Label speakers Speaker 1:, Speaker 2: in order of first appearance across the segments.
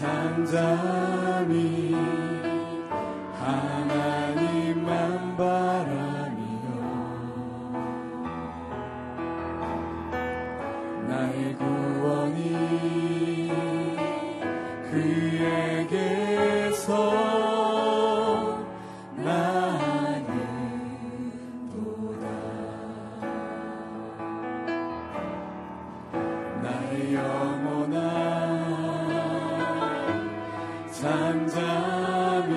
Speaker 1: 한 잠이 하나님만 바라며 나의 구원이 그에게서 나는 도다 나의 영원한 잠잠이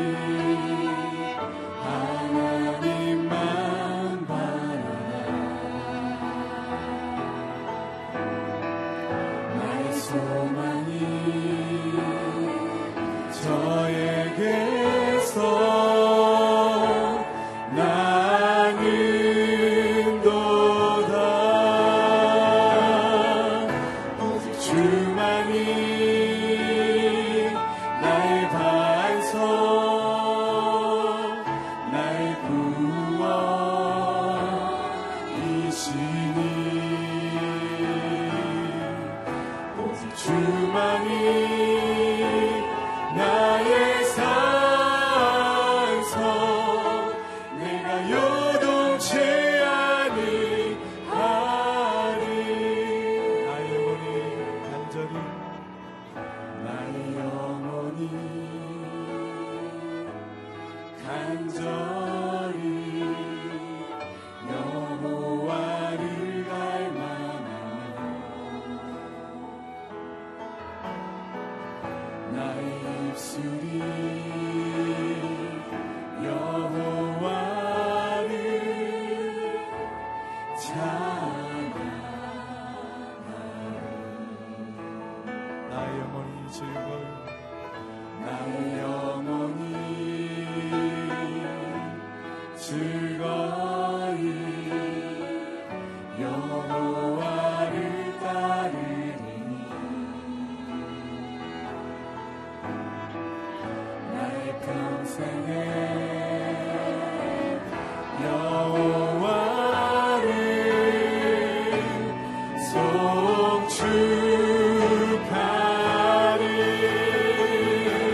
Speaker 1: 하나님만 바라 나의 소망이 저에게서 나는 도다 오직 주만이 나의 반석 나의 구원이시니 오직 주만이 나의 산성 내가 요동치 아니하리 나의 영혼이 간절히 나의 영혼이 간절히 여호와를 갈망하며 나의 입술이 여호와를 찬양하리 나의 영혼이 즐거운 나의 영혼이 즐거이 여호와를 따르리니 나의 평생에 여호와를 송축하리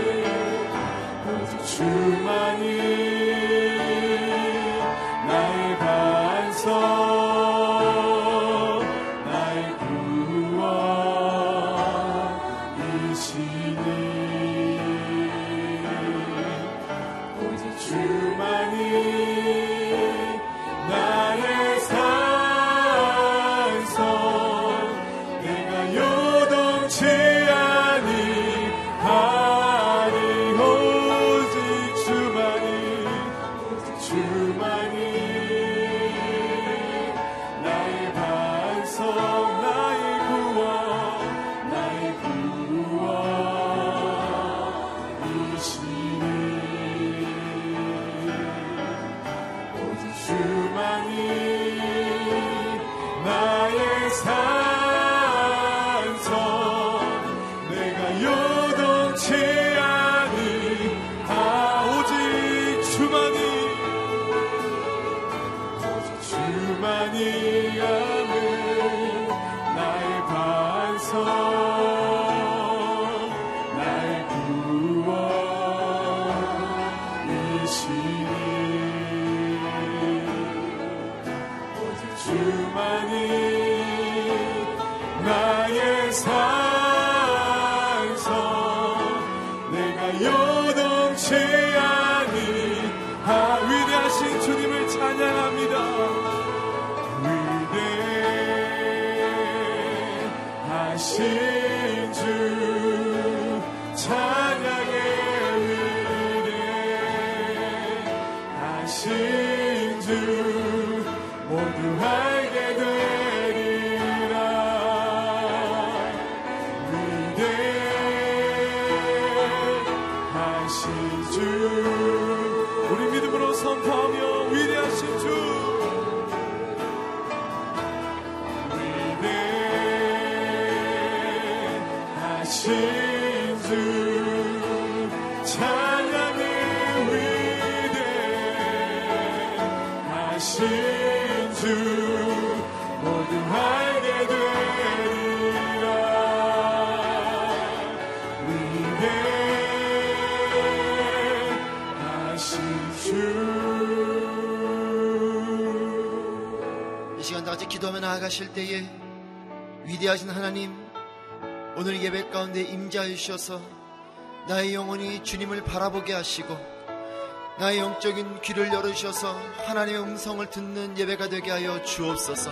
Speaker 1: 오직 주만이 나의 반석 나의 구원이시니 오직 주만이 나의 산성 내가 요동치 아니하리 오직 주만이 오직 주만이 나의 반성 나의 구원 나의 구원이시니 오직 주만이 나의 산성 내가 요동치 아니하 오직 주만이 주만이 아는 나의 반성 나의 구원이시니 오직 주만이 나의 산성 내가 요동치 아니하 위대하신 주님을 찬양합니다 위대하신 주 찬양의 위대하신 주 모두 알게 되리라 위대하신 주 우리 믿음으로 선포하며 위대하신 주 위대하신 주 찬양의 위대하신 주 모두 알게 되리라 위대
Speaker 2: 나아가실 때에 위대하신 하나님, 오늘 예배 가운데 임재하여 주셔서 나의 영혼이 주님을 바라보게 하시고 나의 영적인 귀를 열어주셔서 하나님의 음성을 듣는 예배가 되게 하여 주옵소서.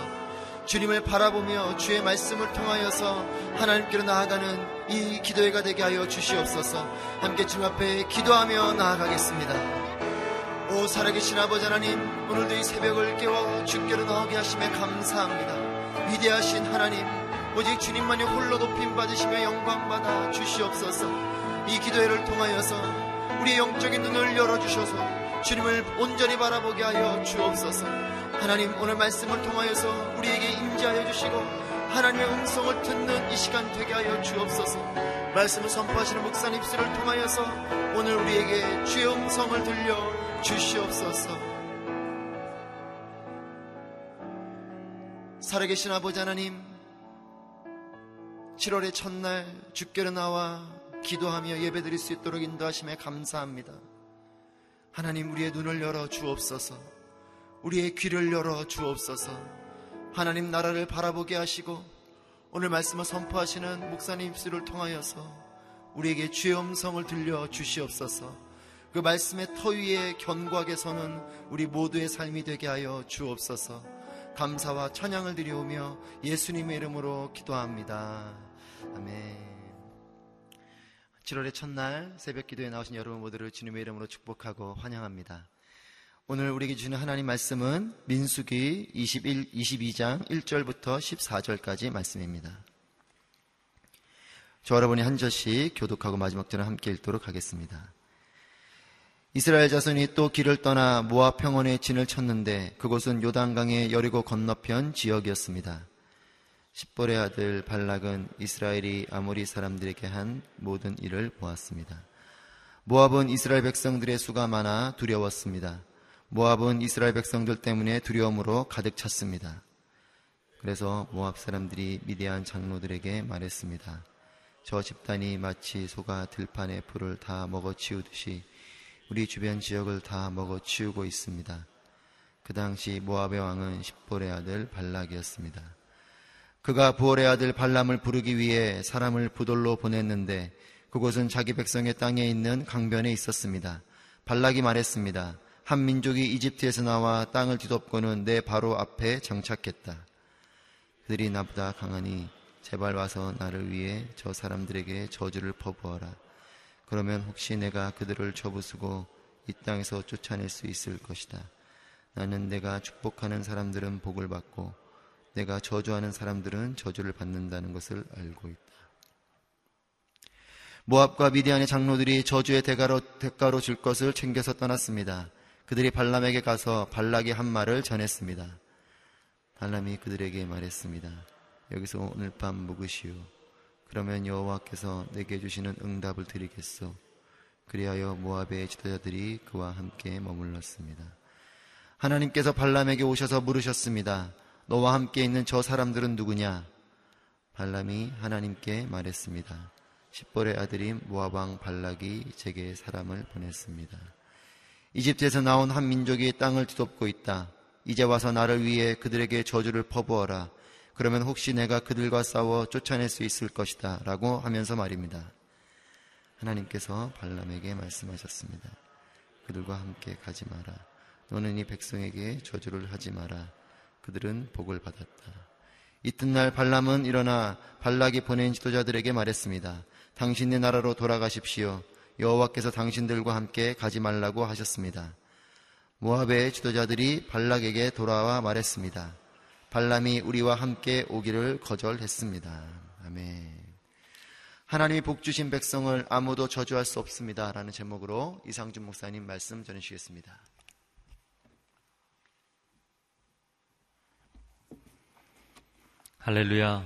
Speaker 2: 주님을 바라보며 주의 말씀을 통하여서 하나님께로 나아가는 이 기도회가 되게 하여 주시옵소서. 함께 주님 앞에 기도하며 나아가겠습니다. 오 살아계신 아버지 하나님 오늘도 이 새벽을 깨워 주께로 나오게 하심에 감사합니다 위대하신 하나님 오직 주님만이 홀로 높임 받으시며 영광받아 주시옵소서 이 기도회를 통하여서 우리의 영적인 눈을 열어주셔서 주님을 온전히 바라보게 하여 주옵소서 하나님 오늘 말씀을 통하여서 우리에게 임재하여 주시고 하나님의 음성을 듣는 이 시간 되게 하여 주옵소서 말씀을 선포하시는 목사님 입술을 통하여서 오늘 우리에게 주의 음성을 들려 주시옵소서. 살아계신 아버지 하나님, 7월의 첫날 주께로 나와 기도하며 예배드릴 수 있도록 인도하심에 감사합니다. 하나님 우리의 눈을 열어 주옵소서. 우리의 귀를 열어 주옵소서. 하나님 나라를 바라보게 하시고 오늘 말씀을 선포하시는 목사님 입술을 통하여서 우리에게 주의 음성을 들려 주시옵소서. 그 말씀의 터 위에 견고하게 서는 우리 모두의 삶이 되게 하여 주옵소서. 감사와 찬양을 드리오며 예수님의 이름으로 기도합니다. 아멘. 7월의 첫날 새벽 기도에 나오신 여러분 모두를 주님의 이름으로 축복하고 환영합니다. 오늘 우리에게 주는 하나님 말씀은 민수기 21, 22장 1절부터 14절까지 말씀입니다. 저 여러분이 한 절씩 교독하고 마지막 절을 함께 읽도록 하겠습니다. 이스라엘 자손이 또 길을 떠나 모압 평원에 진을 쳤는데 그곳은 요단강의 여리고 건너편 지역이었습니다. 십벌의 아들 발락은 이스라엘이 아모리 사람들에게 한 모든 일을 보았습니다. 모압은 이스라엘 백성들의 수가 많아 두려웠습니다. 모압은 이스라엘 백성들 때문에 두려움으로 가득 찼습니다. 그래서 모압 사람들이 미대한 장로들에게 말했습니다. 저 집단이 마치 소가 들판의 풀을 다 먹어치우듯이 우리 주변 지역을 다 먹어치우고 있습니다. 그 당시 모압의 왕은 십볼의 아들 발락이었습니다. 그가 부월의 아들 발람을 부르기 위해 사람을 부돌로 보냈는데 그곳은 자기 백성의 땅에 있는 강변에 있었습니다. 발락이 말했습니다. 한 민족이 이집트에서 나와 땅을 뒤덮고는 내 바로 앞에 장착했다. 그들이 나보다 강하니 제발 와서 나를 위해 저 사람들에게 저주를 퍼부어라. 그러면 혹시 내가 그들을 저부수고 이 땅에서 쫓아낼 수 있을 것이다. 나는 내가 축복하는 사람들은 복을 받고 내가 저주하는 사람들은 저주를 받는다는 것을 알고 있다. 모압과 미디안의 장로들이 저주의 대가로, 대가로 줄 것을 챙겨서 떠났습니다. 그들이 발람에게 가서 발락이 한 말을 전했습니다. 발람이 그들에게 말했습니다. 여기서 오늘 밤 묵으시오. 그러면 여호와께서 내게 주시는 응답을 드리겠소. 그리하여 모압의 지도자들이 그와 함께 머물렀습니다. 하나님께서 발람에게 오셔서 물으셨습니다. 너와 함께 있는 저 사람들은 누구냐? 발람이 하나님께 말했습니다. 십벌의 아들인 모아방 발락이 제게 사람을 보냈습니다. 이집트에서 나온 한 민족이 땅을 뒤덮고 있다. 이제 와서 나를 위해 그들에게 저주를 퍼부어라. 그러면 혹시 내가 그들과 싸워 쫓아낼 수 있을 것이다. 라고 하면서 말입니다. 하나님께서 발람에게 말씀하셨습니다. 그들과 함께 가지 마라. 너는 이 백성에게 저주를 하지 마라. 그들은 복을 받았다. 이튿날 발람은 일어나 발락이 보낸 지도자들에게 말했습니다. 당신의 나라로 돌아가십시오. 여호와께서 당신들과 함께 가지 말라고 하셨습니다. 모압의 지도자들이 발락에게 돌아와 말했습니다. 발람이 우리와 함께 오기를 거절했습니다. 아멘. 하나님이 복 주신 백성을 아무도 저주할 수 없습니다라는 제목으로 이상준 목사님 말씀 전해주시겠습니다.
Speaker 3: 할렐루야.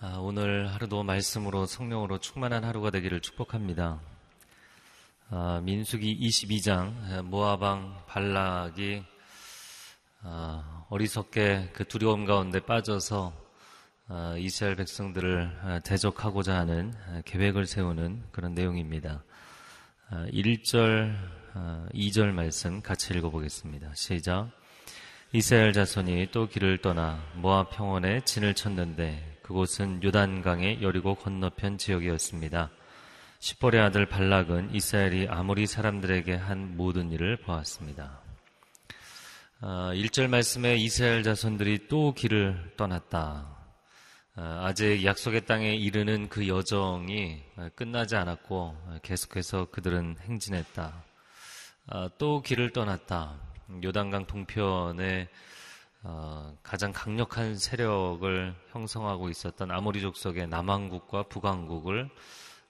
Speaker 3: 아, 오늘 하루도 말씀으로 성령으로 충만한 하루가 되기를 축복합니다. 아, 민수기 22장 모아방 발락이 아, 어리석게 그 두려움 가운데 빠져서 아, 이스라엘 백성들을 아, 대적하고자 하는 아, 계획을 세우는 그런 내용입니다. 아, 1절, 아, 2절 말씀 같이 읽어보겠습니다. 시작. 이스라엘 자손이 또 길을 떠나 모압 평원에 진을 쳤는데 그곳은 요단강의 여리고 건너편 지역이었습니다. 시벌의 아들 발락은 이스라엘이 아무리 사람들에게 한 모든 일을 보았습니다. 아, 1절 말씀에 이스라엘 자손들이 또 길을 떠났다. 아, 아직 약속의 땅에 이르는 그 여정이 아, 끝나지 않았고 아, 계속해서 그들은 행진했다. 아, 또 길을 떠났다. 요단강 동편에 어, 가장 강력한 세력을 형성하고 있었던 아모리족 속의 남왕국과 북왕국을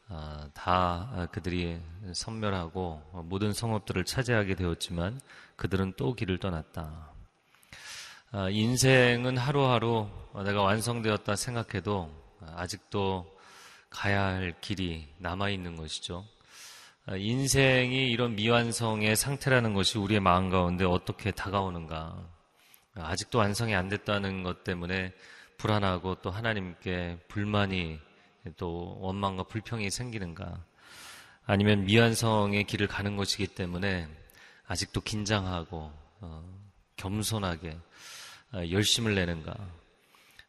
Speaker 3: 아, 다 아, 그들이 섬멸하고 어, 모든 성읍들을 차지하게 되었지만 그들은 또 길을 떠났다. 아, 인생은 하루하루 어, 내가 완성되었다 생각해도 아, 아직도 가야 할 길이 남아 있는 것이죠. 아, 인생이 이런 미완성의 상태라는 것이 우리의 마음 가운데 어떻게 다가오는가. 아, 아직도 완성이 안 됐다는 것 때문에 불안하고 또 하나님께 불만이 또 원망과 불평이 생기는가. 아니면 미완성의 길을 가는 것이기 때문에 아직도 긴장하고 어, 겸손하게 아, 열심을 내는가.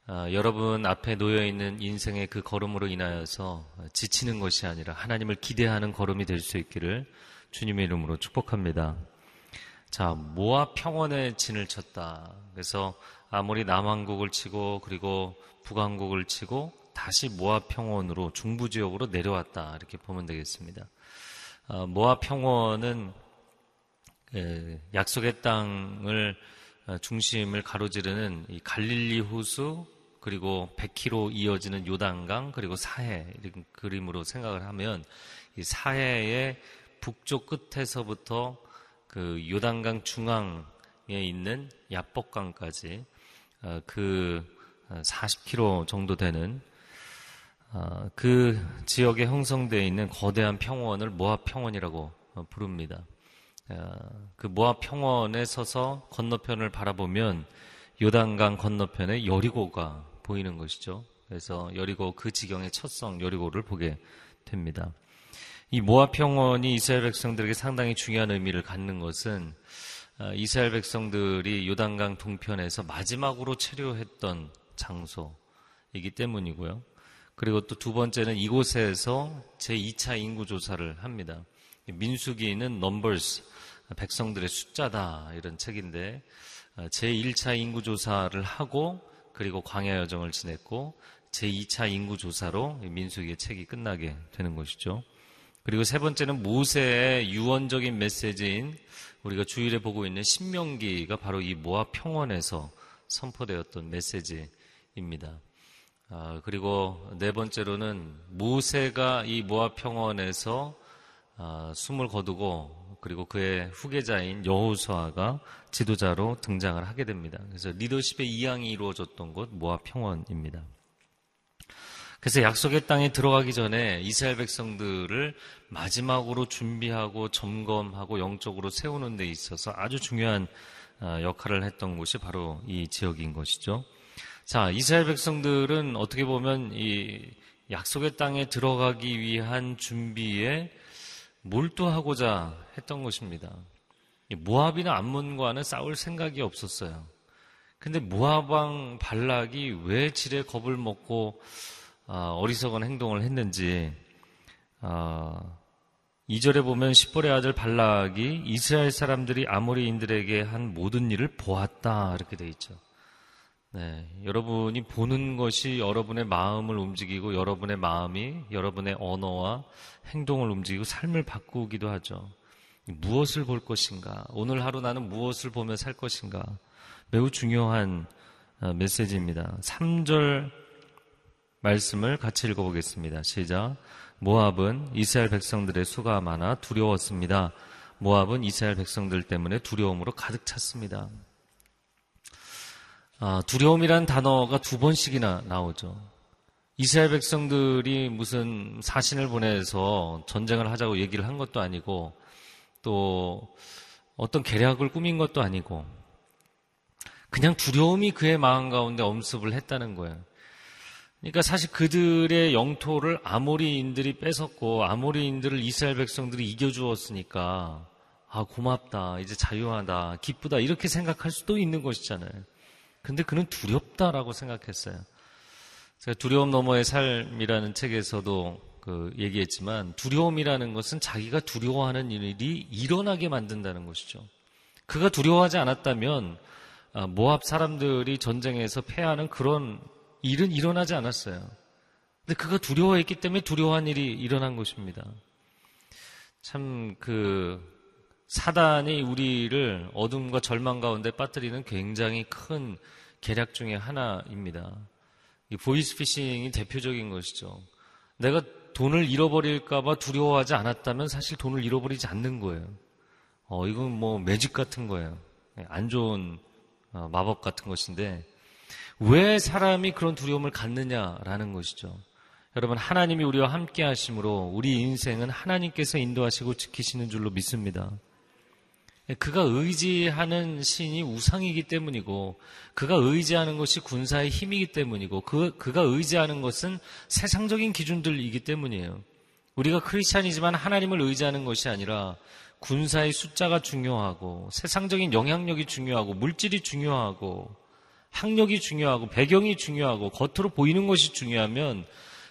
Speaker 3: 아, 여러분 앞에 놓여 있는 인생의 그 걸음으로 인하여서 지치는 것이 아니라 하나님을 기대하는 걸음이 될 수 있기를 주님의 이름으로 축복합니다. 자, 모압 평원에 진을 쳤다. 그래서 아무리 남왕국을 치고 그리고 북왕국을 치고 다시 모압 평원으로 중부 지역으로 내려왔다. 이렇게 보면 되겠습니다. 아, 모압 평원은 에, 예, 약속의 땅을 어, 중심을 가로지르는 이 갈릴리 호수 그리고 100km 이어지는 요단강 그리고 사해 이런 그림으로 생각을 하면 이 사해의 북쪽 끝에서부터 그 요단강 중앙에 있는 야복강까지 어, 그 40km 정도 되는 어, 그 지역에 형성되어 있는 거대한 평원을 모압 평원이라고 어, 부릅니다. 어, 그 모압 평원에 서서 건너편을 바라보면 요단강 건너편에 여리고가 보이는 것이죠. 그래서 여리고 그 지경의 첫성 여리고를 보게 됩니다. 이 모압 평원이 이스라엘 백성들에게 상당히 중요한 의미를 갖는 것은 어, 이스라엘 백성들이 요단강 동편에서 마지막으로 체류했던 장소이기 때문이고요. 그리고 또 두 번째는 이곳에서 제2차 인구 조사를 합니다. 민수기는 넘버스 백성들의 숫자다 이런 책인데 아, 제1차 인구 조사를 하고 그리고 광야 여정을 지냈고 제2차 인구 조사로 민수기의 책이 끝나게 되는 것이죠. 그리고 세 번째는 모세의 유언적인 메시지인 우리가 주일에 보고 있는 신명기가 바로 이 모압 평원에서 선포되었던 메시지입니다. 아, 그리고 네 번째로는 모세가 이 모압 평원에서 아, 숨을 거두고 그리고 그의 후계자인 여호수아가 지도자로 등장을 하게 됩니다. 그래서 리더십의 이양이 이루어졌던 곳 모압 평원입니다. 그래서 약속의 땅에 들어가기 전에 이스라엘 백성들을 마지막으로 준비하고 점검하고 영적으로 세우는 데 있어서 아주 중요한 아, 역할을 했던 곳이 바로 이 지역인 것이죠. 자, 이스라엘 백성들은 어떻게 보면 이 약속의 땅에 들어가기 위한 준비에 몰두하고자 했던 것입니다. 이 모압이나 암몬과는 싸울 생각이 없었어요. 근데 모압왕 발락이 왜 지레 겁을 먹고 아, 어리석은 행동을 했는지 아, 2절에 보면 십벌의 아들 발락이 이스라엘 사람들이 아모리인들에게 한 모든 일을 보았다 이렇게 돼 있죠. 네, 여러분이 보는 것이 여러분의 마음을 움직이고 여러분의 마음이 여러분의 언어와 행동을 움직이고 삶을 바꾸기도 하죠. 무엇을 볼 것인가? 오늘 하루 나는 무엇을 보며 살 것인가? 매우 중요한 어, 메시지입니다. 3절 말씀을 같이 읽어보겠습니다. 시작. 모압은 이스라엘 백성들의 수가 많아 두려웠습니다. 모압은 이스라엘 백성들 때문에 두려움으로 가득 찼습니다. 아, 두려움이란 단어가 두 번씩이나 나오죠. 이스라엘 백성들이 무슨 사신을 보내서 전쟁을 하자고 얘기를 한 것도 아니고 또 어떤 계략을 꾸민 것도 아니고 그냥 두려움이 그의 마음 가운데 엄습을 했다는 거예요. 그러니까 사실 그들의 영토를 아모리인들이 뺏었고 아모리인들을 이스라엘 백성들이 이겨주었으니까 아, 고맙다. 이제 자유하다. 기쁘다. 이렇게 생각할 수도 있는 것이잖아요. 근데 그는 두렵다라고 생각했어요. 제가 두려움 너머의 삶이라는 책에서도 그 얘기했지만 두려움이라는 것은 자기가 두려워하는 일이 일어나게 만든다는 것이죠. 그가 두려워하지 않았다면 아, 모압 사람들이 전쟁에서 패하는 그런 일은 일어나지 않았어요. 근데 그가 두려워했기 때문에 두려워한 일이 일어난 것입니다. 참 그 사단이 우리를 어둠과 절망 가운데 빠뜨리는 굉장히 큰 계략 중의 하나입니다. 이 보이스피싱이 대표적인 것이죠. 내가 돈을 잃어버릴까봐 두려워하지 않았다면 사실 돈을 잃어버리지 않는 거예요. 어, 이건 뭐 매직 같은 거예요. 안 좋은 어, 마법 같은 것인데 왜 사람이 그런 두려움을 갖느냐라는 것이죠. 여러분 하나님이 우리와 함께 하심으로 우리 인생은 하나님께서 인도하시고 지키시는 줄로 믿습니다. 예, 그가 의지하는 신이 우상이기 때문이고 그가 의지하는 것이 군사의 힘이기 때문이고 그 그가 의지하는 것은 세상적인 기준들이기 때문이에요. 우리가 크리스찬이지만 하나님을 의지하는 것이 아니라 군사의 숫자가 중요하고 세상적인 영향력이 중요하고 물질이 중요하고 학력이 중요하고 배경이 중요하고 겉으로 보이는 것이 중요하면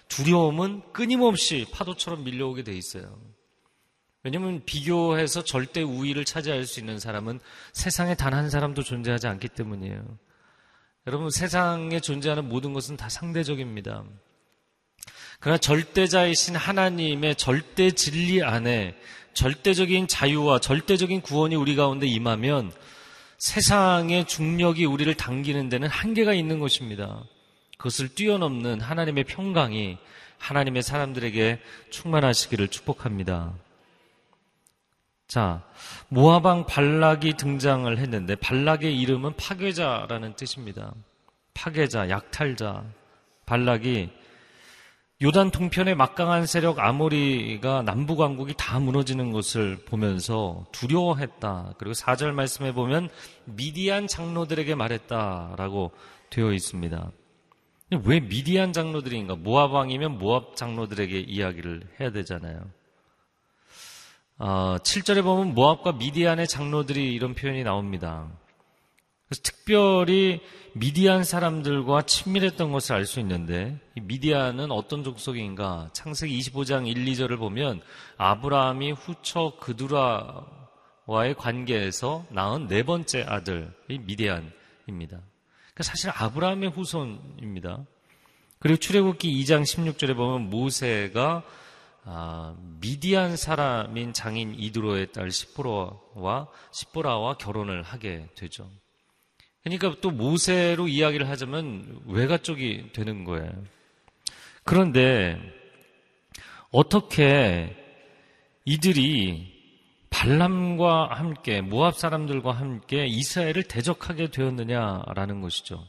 Speaker 3: 두려움은 끊임없이 파도처럼 밀려오게 돼 있어요. 왜냐하면 비교해서 절대 우위를 차지할 수 있는 사람은 세상에 단 한 사람도 존재하지 않기 때문이에요. 여러분 세상에 존재하는 모든 것은 다 상대적입니다. 그러나 절대자이신 하나님의 절대 진리 안에 절대적인 자유와 절대적인 구원이 우리 가운데 임하면 세상의 중력이 우리를 당기는 데는 한계가 있는 것입니다. 그것을 뛰어넘는 하나님의 평강이 하나님의 사람들에게 충만하시기를 축복합니다. 자, 모아방 발락이 등장을 했는데 발락의 이름은 파괴자라는 뜻입니다. 파괴자, 약탈자. 발락이 요단 동편의 막강한 세력 아모리가 남부 왕국이 다 무너지는 것을 보면서 두려워했다. 그리고 4절 말씀해 보면 미디안 장로들에게 말했다라고 되어 있습니다. 근데 왜 미디안 장로들인가? 모압 왕이면 모압 장로들에게 이야기를 해야 되잖아요. 어, 7절에 보면 모압과 미디안의 장로들이 이런 표현이 나옵니다. 그래서 특별히 미디안 사람들과 친밀했던 것을 알 수 있는데 이 미디안은 어떤 족속인가 창세기 25장 1, 2절을 보면 아브라함이 후처 그두라와의 관계에서 낳은 네 번째 아들 이 미디안입니다. 그러니까 사실 아브라함의 후손입니다. 그리고 출애굽기 2장 16절에 보면 모세가 아, 미디안 사람인 장인 이드로의 딸 시보라와 시보라와 결혼을 하게 되죠. 그러니까 또 모세로 이야기를 하자면 외가 쪽이 되는 거예요. 그런데 어떻게 이들이 발람과 함께 모압 사람들과 함께 이스라엘을 대적하게 되었느냐라는 것이죠.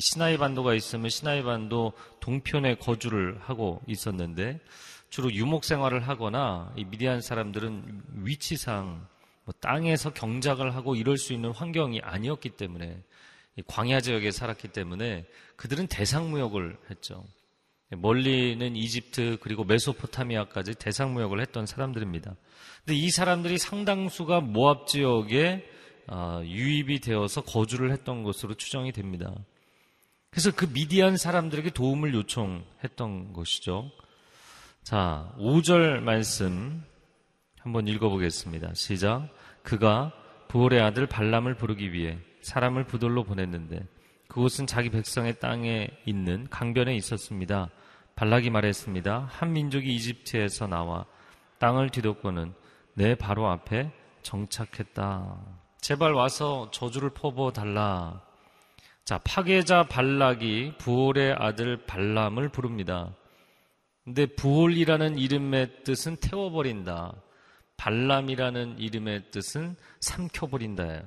Speaker 3: 시나이 반도가 있으면 시나이 반도 동편에 거주를 하고 있었는데 주로 유목 생활을 하거나 이 미디안 사람들은 위치상 뭐 땅에서 경작을 하고 이럴 수 있는 환경이 아니었기 때문에 광야 지역에 살았기 때문에 그들은 대상무역을 했죠. 멀리는 이집트 그리고 메소포타미아까지 대상무역을 했던 사람들입니다. 근데 이 사람들이 상당수가 모압 지역에 어, 유입이 되어서 거주를 했던 것으로 추정이 됩니다. 그래서 그 미디안 사람들에게 도움을 요청했던 것이죠. 자, 5절 말씀 한번 읽어보겠습니다. 시작. 그가 부월의 아들 발람을 부르기 위해 사람을 부돌로 보냈는데 그곳은 자기 백성의 땅에 있는 강변에 있었습니다. 발락이 말했습니다. 한 민족이 이집트에서 나와 땅을 뒤덮고는 내 바로 앞에 정착했다. 제발 와서 저주를 퍼부어 달라. 자, 파괴자 발락이 부올의 아들 발람을 부릅니다. 근데 부올이라는 이름의 뜻은 태워버린다. 발람이라는 이름의 뜻은 삼켜버린다예요.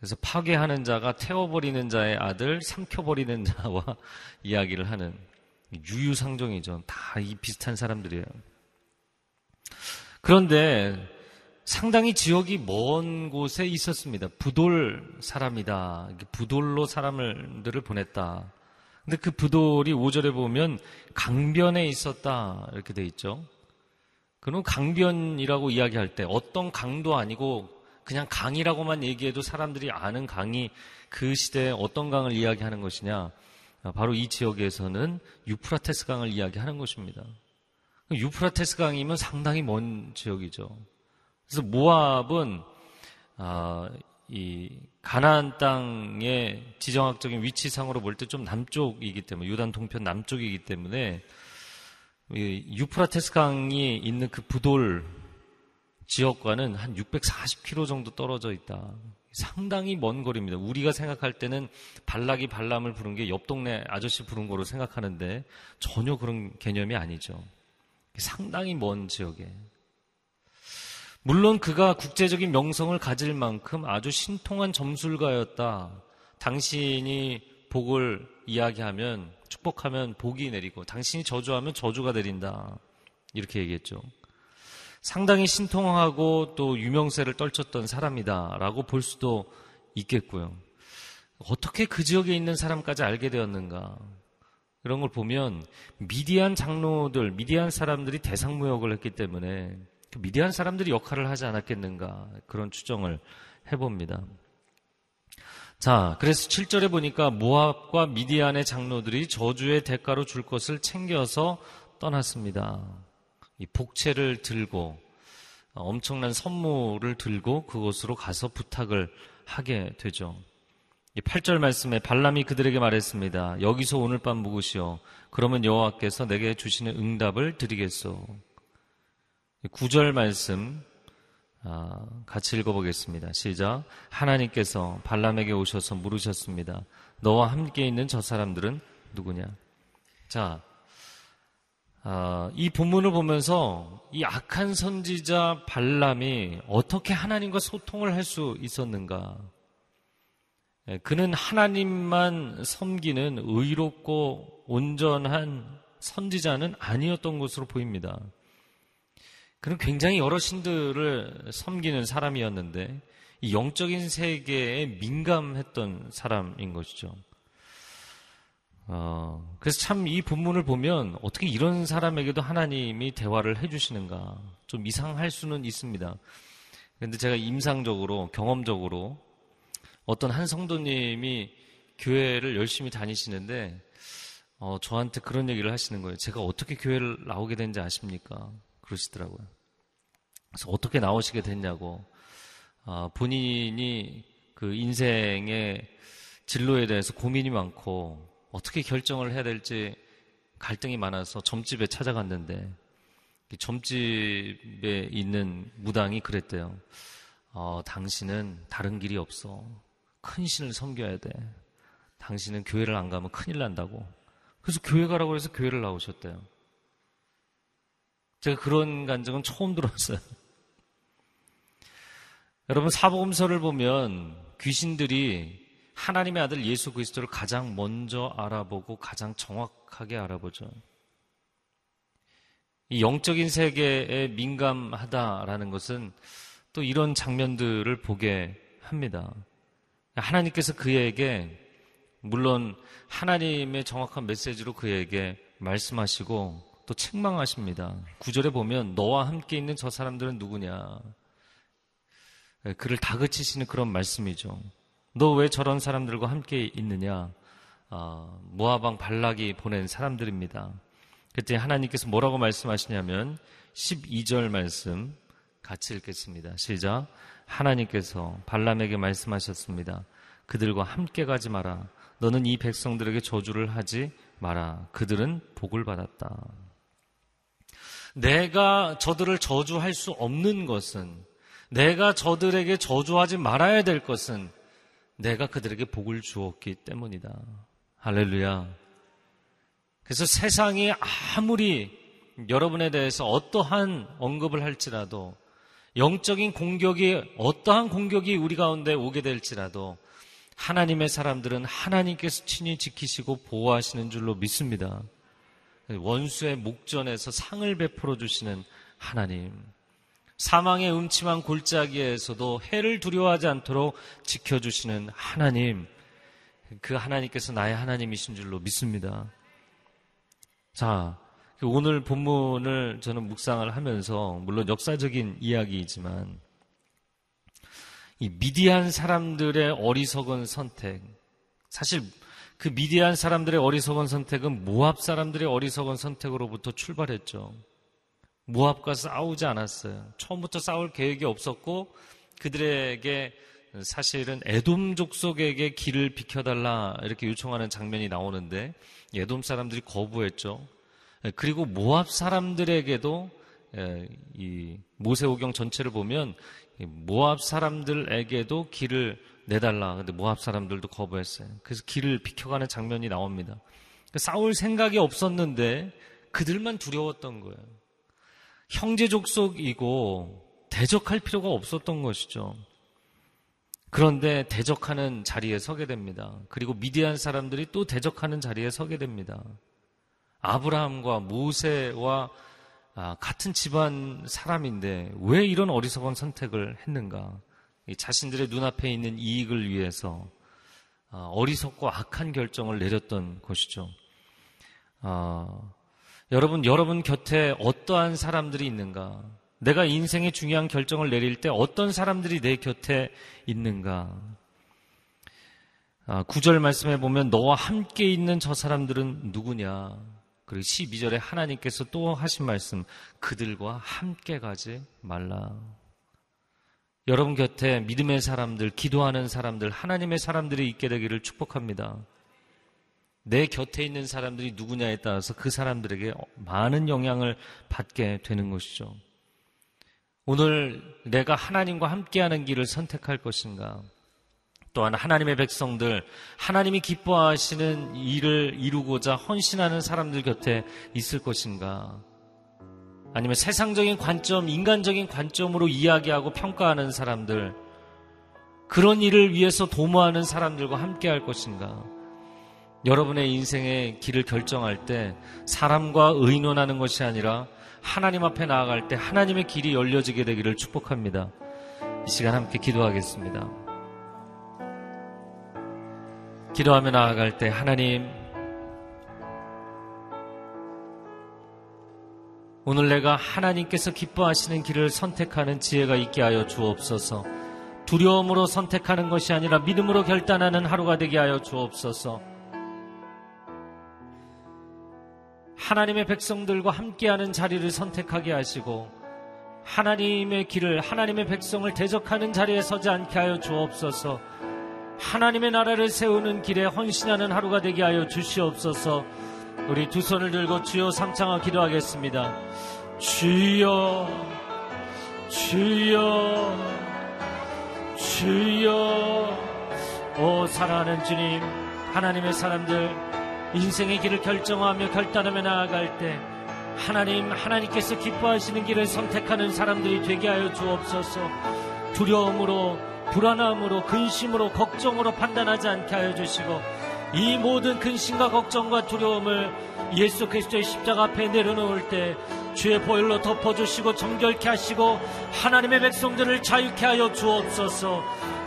Speaker 3: 그래서 파괴하는 자가 태워버리는 자의 아들, 삼켜버리는 자와 이야기를 하는 유유상종이죠. 다 이 비슷한 사람들이에요. 그런데 상당히 지역이 먼 곳에 있었습니다. 부돌 사람이다. 부돌로 사람들을 보냈다. 근데 그 부돌이 5절에 보면 강변에 있었다. 이렇게 돼 있죠. 그럼 강변이라고 이야기할 때 어떤 강도 아니고 그냥 강이라고만 얘기해도 사람들이 아는 강이 그 시대에 어떤 강을 이야기하는 것이냐? 아, 바로 이 지역에서는 유프라테스 강을 이야기하는 것입니다. 그 유프라테스 강이면 상당히 먼 지역이죠. 그래서 모압은 아, 이 가나안 땅의 지정학적인 위치상으로 볼 때 좀 남쪽이기 때문에 요단 동편 남쪽이기 때문에 이 유프라테스 강이 있는 그 부돌 지역과는 한 640km 정도 떨어져 있다. 상당히 먼 거리입니다. 우리가 생각할 때는 발락이 발람을 부른 게 옆 동네 아저씨 부른 거로 생각하는데 전혀 그런 개념이 아니죠. 상당히 먼 지역에. 물론 그가 국제적인 명성을 가질 만큼 아주 신통한 점술가였다. 당신이 복을 이야기하면 축복하면 복이 내리고 당신이 저주하면 저주가 내린다. 이렇게 얘기했죠. 상당히 신통하고 또 유명세를 떨쳤던 사람이다라고 볼 수도 있겠고요. 어떻게 그 지역에 있는 사람까지 알게 되었는가? 그런 걸 보면 미디안 장로들, 미디안 사람들이 대상무역을 했기 때문에 그 미디안 사람들이 역할을 하지 않았겠는가? 그런 추정을 해봅니다. 자, 그래서 7절에 보니까 모압과 미디안의 장로들이 저주의 대가로 줄 것을 챙겨서 떠났습니다. 이 복채를 들고 엄청난 선물을 들고 그곳으로 가서 부탁을 하게 되죠. 이 8절 말씀에 발람이 그들에게 말했습니다. 여기서 오늘 밤 묵으시오. 그러면 여호와께서 내게 주시는 응답을 드리겠소. 9절 말씀 아, 같이 읽어보겠습니다. 시작. 하나님께서 발람에게 오셔서 물으셨습니다. 너와 함께 있는 저 사람들은 누구냐? 자, 아, 이 본문을 보면서 이 악한 선지자 발람이 어떻게 하나님과 소통을 할 수 있었는가? 예, 그는 하나님만 섬기는 의롭고 온전한 선지자는 아니었던 것으로 보입니다. 그는 굉장히 여러 신들을 섬기는 사람이었는데 이 영적인 세계에 민감했던 사람인 것이죠. 어, 그래서 참 이 본문을 보면 어떻게 이런 사람에게도 하나님이 대화를 해주시는가 좀 이상할 수는 있습니다. 그런데 제가 임상적으로 경험적으로 어떤 한 성도님이 교회를 열심히 다니시는데 어, 저한테 그런 얘기를 하시는 거예요. 제가 어떻게 교회를 나오게 된지 아십니까? 그러시더라고요. 그래서 어떻게 나오시게 됐냐고 아, 본인이 그 인생의 진로에 대해서 고민이 많고 어떻게 결정을 해야 될지 갈등이 많아서 점집에 찾아갔는데 이 점집에 있는 무당이 그랬대요. 어, 당신은 다른 길이 없어. 큰 신을 섬겨야 돼. 당신은 교회를 안 가면 큰일 난다고. 그래서 교회 가라고 해서 교회를 나오셨대요. 제가 그런 간증은 처음 들었어요. 여러분 사복음서를 보면 귀신들이 하나님의 아들 예수 그리스도를 가장 먼저 알아보고 가장 정확하게 알아보죠. 이 영적인 세계에 민감하다라는 것은 또 이런 장면들을 보게 합니다. 하나님께서 그에게 물론 하나님의 정확한 메시지로 그에게 말씀하시고 또 책망하십니다. 구절에 보면 너와 함께 있는 저 사람들은 누구냐? 그를 다그치시는 그런 말씀이죠. 너왜 저런 사람들과 함께 있느냐? 아, 모아방 발락이 보낸 사람들입니다. 그때 하나님께서 뭐라고 말씀하시냐면 12절 말씀 같이 읽겠습니다. 시작. 하나님께서 발람에게 말씀하셨습니다. 그들과 함께 가지 마라. 너는 이 백성들에게 저주를 하지 마라. 그들은 복을 받았다. 내가 저들을 저주할 수 없는 것은 내가 저들에게 저주하지 말아야 될 것은 내가 그들에게 복을 주었기 때문이다. 할렐루야. 그래서 세상이 아무리 여러분에 대해서 어떠한 언급을 할지라도 영적인 공격이 어떠한 공격이 우리 가운데 오게 될지라도 하나님의 사람들은 하나님께서 친히 지키시고 보호하시는 줄로 믿습니다. 원수의 목전에서 상을 베풀어 주시는 하나님. 사망의 음침한 골짜기에서도 해를 두려워하지 않도록 지켜주시는 하나님, 그 하나님께서 나의 하나님이신 줄로 믿습니다. 자, 오늘 본문을 저는 묵상을 하면서 물론 역사적인 이야기이지만 이 미디안 사람들의 어리석은 선택 사실 그 미디안 사람들의 어리석은 선택은 모압 사람들의 어리석은 선택으로부터 출발했죠. 모압과 싸우지 않았어요. 처음부터 싸울 계획이 없었고 그들에게 사실은 에돔 족속에게 길을 비켜달라 이렇게 요청하는 장면이 나오는데 에돔 사람들이 거부했죠. 그리고 모압 사람들에게도 이 모세오경 전체를 보면 모압 사람들에게도 길을 내달라. 근데 모압 사람들도 거부했어요. 그래서 길을 비켜가는 장면이 나옵니다. 그러니까 싸울 생각이 없었는데 그들만 두려웠던 거예요. 형제 족속이고 대적할 필요가 없었던 것이죠. 그런데 대적하는 자리에 서게 됩니다. 그리고 미디안 사람들이 또 대적하는 자리에 서게 됩니다. 아브라함과 모세와 아, 같은 집안 사람인데 왜 이런 어리석은 선택을 했는가? 자신들의 눈앞에 있는 이익을 위해서 아, 어리석고 악한 결정을 내렸던 것이죠. 아, 여러분, 여러분 곁에 어떠한 사람들이 있는가? 내가 인생의 중요한 결정을 내릴 때 어떤 사람들이 내 곁에 있는가. 아, 9절 말씀에 보면 너와 함께 있는 저 사람들은 누구냐. 그리고 12절에 하나님께서 또 하신 말씀, 그들과 함께 가지 말라. 여러분 곁에 믿음의 사람들, 기도하는 사람들, 하나님의 사람들이 있게 되기를 축복합니다. 내 곁에 있는 사람들이 누구냐에 따라서 그 사람들에게 많은 영향을 받게 되는 것이죠. 오늘 내가 하나님과 함께하는 길을 선택할 것인가? 또한 하나님의 백성들, 하나님이 기뻐하시는 일을 이루고자 헌신하는 사람들 곁에 있을 것인가? 아니면 세상적인 관점, 인간적인 관점으로 이야기하고 평가하는 사람들, 그런 일을 위해서 도모하는 사람들과 함께할 것인가? 여러분의 인생의 길을 결정할 때 사람과 의논하는 것이 아니라 하나님 앞에 나아갈 때 하나님의 길이 열려지게 되기를 축복합니다. 이 시간 함께 기도하겠습니다. 기도하며 나아갈 때 하나님, 오늘 내가 하나님께서 기뻐하시는 길을 선택하는 지혜가 있게 하여 주옵소서. 두려움으로 선택하는 것이 아니라 믿음으로 결단하는 하루가 되게 하여 주옵소서. 하나님의 백성들과 함께하는 자리를 선택하게 하시고 하나님의 길을 하나님의 백성을 대적하는 자리에 서지 않게 하여 주옵소서 하나님의 나라를 세우는 길에 헌신하는 하루가 되게 하여 주시옵소서 우리 두 손을 들고 주여 삼창하 기도하겠습니다 주여 주여 주여 오 사랑하는 주님 하나님의 사람들 인생의 길을 결정하며 결단하며 나아갈 때 하나님 하나님께서 기뻐하시는 길을 선택하는 사람들이 되게 하여 주옵소서 두려움으로 불안함으로 근심으로 걱정으로 판단하지 않게 하여 주시고 이 모든 근심과 걱정과 두려움을 예수 그리스도의 십자가 앞에 내려놓을 때 주의 보혈로 덮어주시고 정결케 하시고 하나님의 백성들을 자유케 하여 주옵소서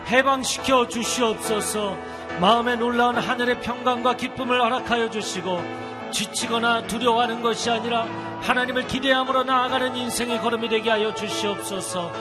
Speaker 3: 해방시켜 주시옵소서 마음에 놀라운 하늘의 평강과 기쁨을 허락하여 주시고 지치거나 두려워하는 것이 아니라 하나님을 기대함으로 나아가는 인생의 걸음이 되게 하여 주시옵소서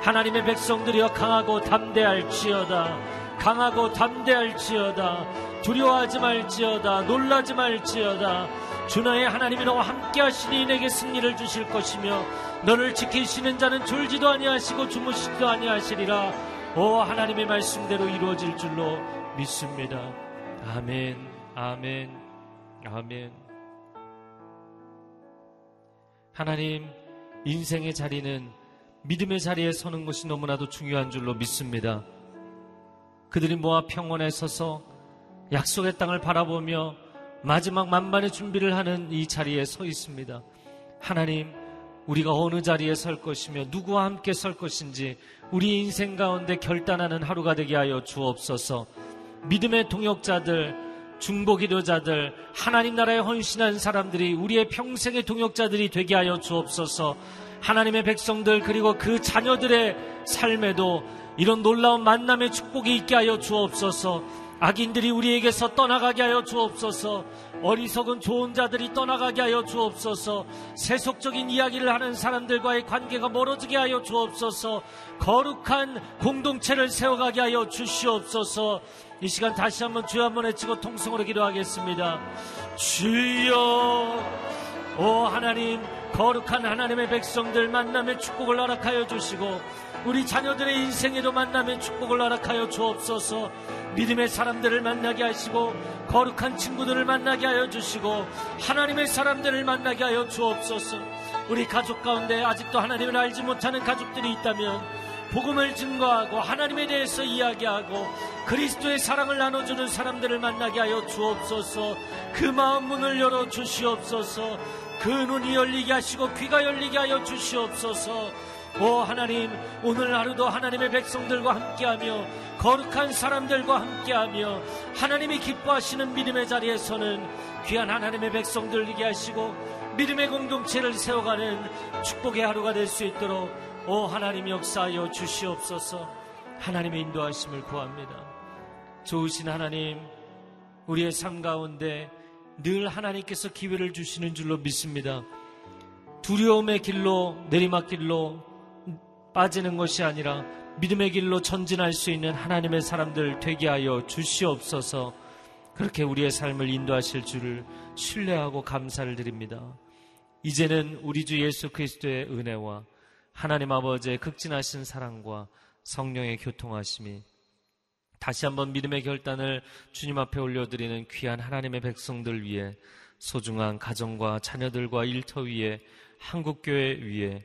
Speaker 3: 하나님의 백성들이여 강하고 담대할지어다 강하고 담대할지어다 두려워하지 말지어다 놀라지 말지어다 주나의 하나님이 너와 함께 하시니 내게 승리를 주실 것이며 너를 지키시는 자는 졸지도 아니하시고 주무시지도 아니하시리라 오 하나님의 말씀대로 이루어질 줄로 믿습니다. 아멘, 아멘, 아멘. 하나님, 인생의 자리는 믿음의 자리에 서는 것이 너무나도 중요한 줄로 믿습니다. 그들이 모아 평원에 서서 약속의 땅을 바라보며 마지막 만반의 준비를 하는 이 자리에 서 있습니다. 하나님, 우리가 어느 자리에 설 것이며 누구와 함께 설 것인지 우리 인생 가운데 결단하는 하루가 되게 하여 주옵소서. 믿음의 동역자들, 중보기도자들, 하나님 나라에 헌신한 사람들이 우리의 평생의 동역자들이 되게 하여 주옵소서. 하나님의 백성들 그리고 그 자녀들의 삶에도 이런 놀라운 만남의 축복이 있게 하여 주옵소서. 악인들이 우리에게서 떠나가게 하여 주옵소서. 어리석은 좋은 자들이 떠나가게 하여 주옵소서. 세속적인 이야기를 하는 사람들과의 관계가 멀어지게 하여 주옵소서. 거룩한 공동체를 세워가게 하여 주시옵소서. 이 시간 다시 한번 주여 한번 외치고 통성으로 기도하겠습니다. 주여 오 하나님 거룩한 하나님의 백성들 만남의 축복을 허락하여 주시고 우리 자녀들의 인생에도 만남의 축복을 허락하여 주옵소서 믿음의 사람들을 만나게 하시고 거룩한 친구들을 만나게 하여 주시고 하나님의 사람들을 만나게 하여 주옵소서 우리 가족 가운데 아직도 하나님을 알지 못하는 가족들이 있다면 복음을 증거하고 하나님에 대해서 이야기하고 그리스도의 사랑을 나눠주는 사람들을 만나게 하여 주옵소서 그 마음 문을 열어 주시옵소서 그 눈이 열리게 하시고 귀가 열리게 하여 주시옵소서 오 하나님 오늘 하루도 하나님의 백성들과 함께하며 거룩한 사람들과 함께하며 하나님이 기뻐하시는 믿음의 자리에서는 귀한 하나님의 백성들이게 하시고 믿음의 공동체를 세워가는 축복의 하루가 될 수 있도록 오 하나님 역사하여 주시옵소서 하나님의 인도하심을 구합니다 좋으신 하나님 우리의 삶 가운데 늘 하나님께서 기회를 주시는 줄로 믿습니다 두려움의 길로 내리막길로 빠지는 것이 아니라 믿음의 길로 전진할 수 있는 하나님의 사람들 되게 하여 주시옵소서 그렇게 우리의 삶을 인도하실 줄을 신뢰하고 감사를 드립니다. 이제는 우리 주 예수 그리스도의 은혜와 하나님 아버지의 극진하신 사랑과 성령의 교통하심이 다시 한번 믿음의 결단을 주님 앞에 올려드리는 귀한 하나님의 백성들 위해 소중한 가정과 자녀들과 일터 위에 한국교회 위에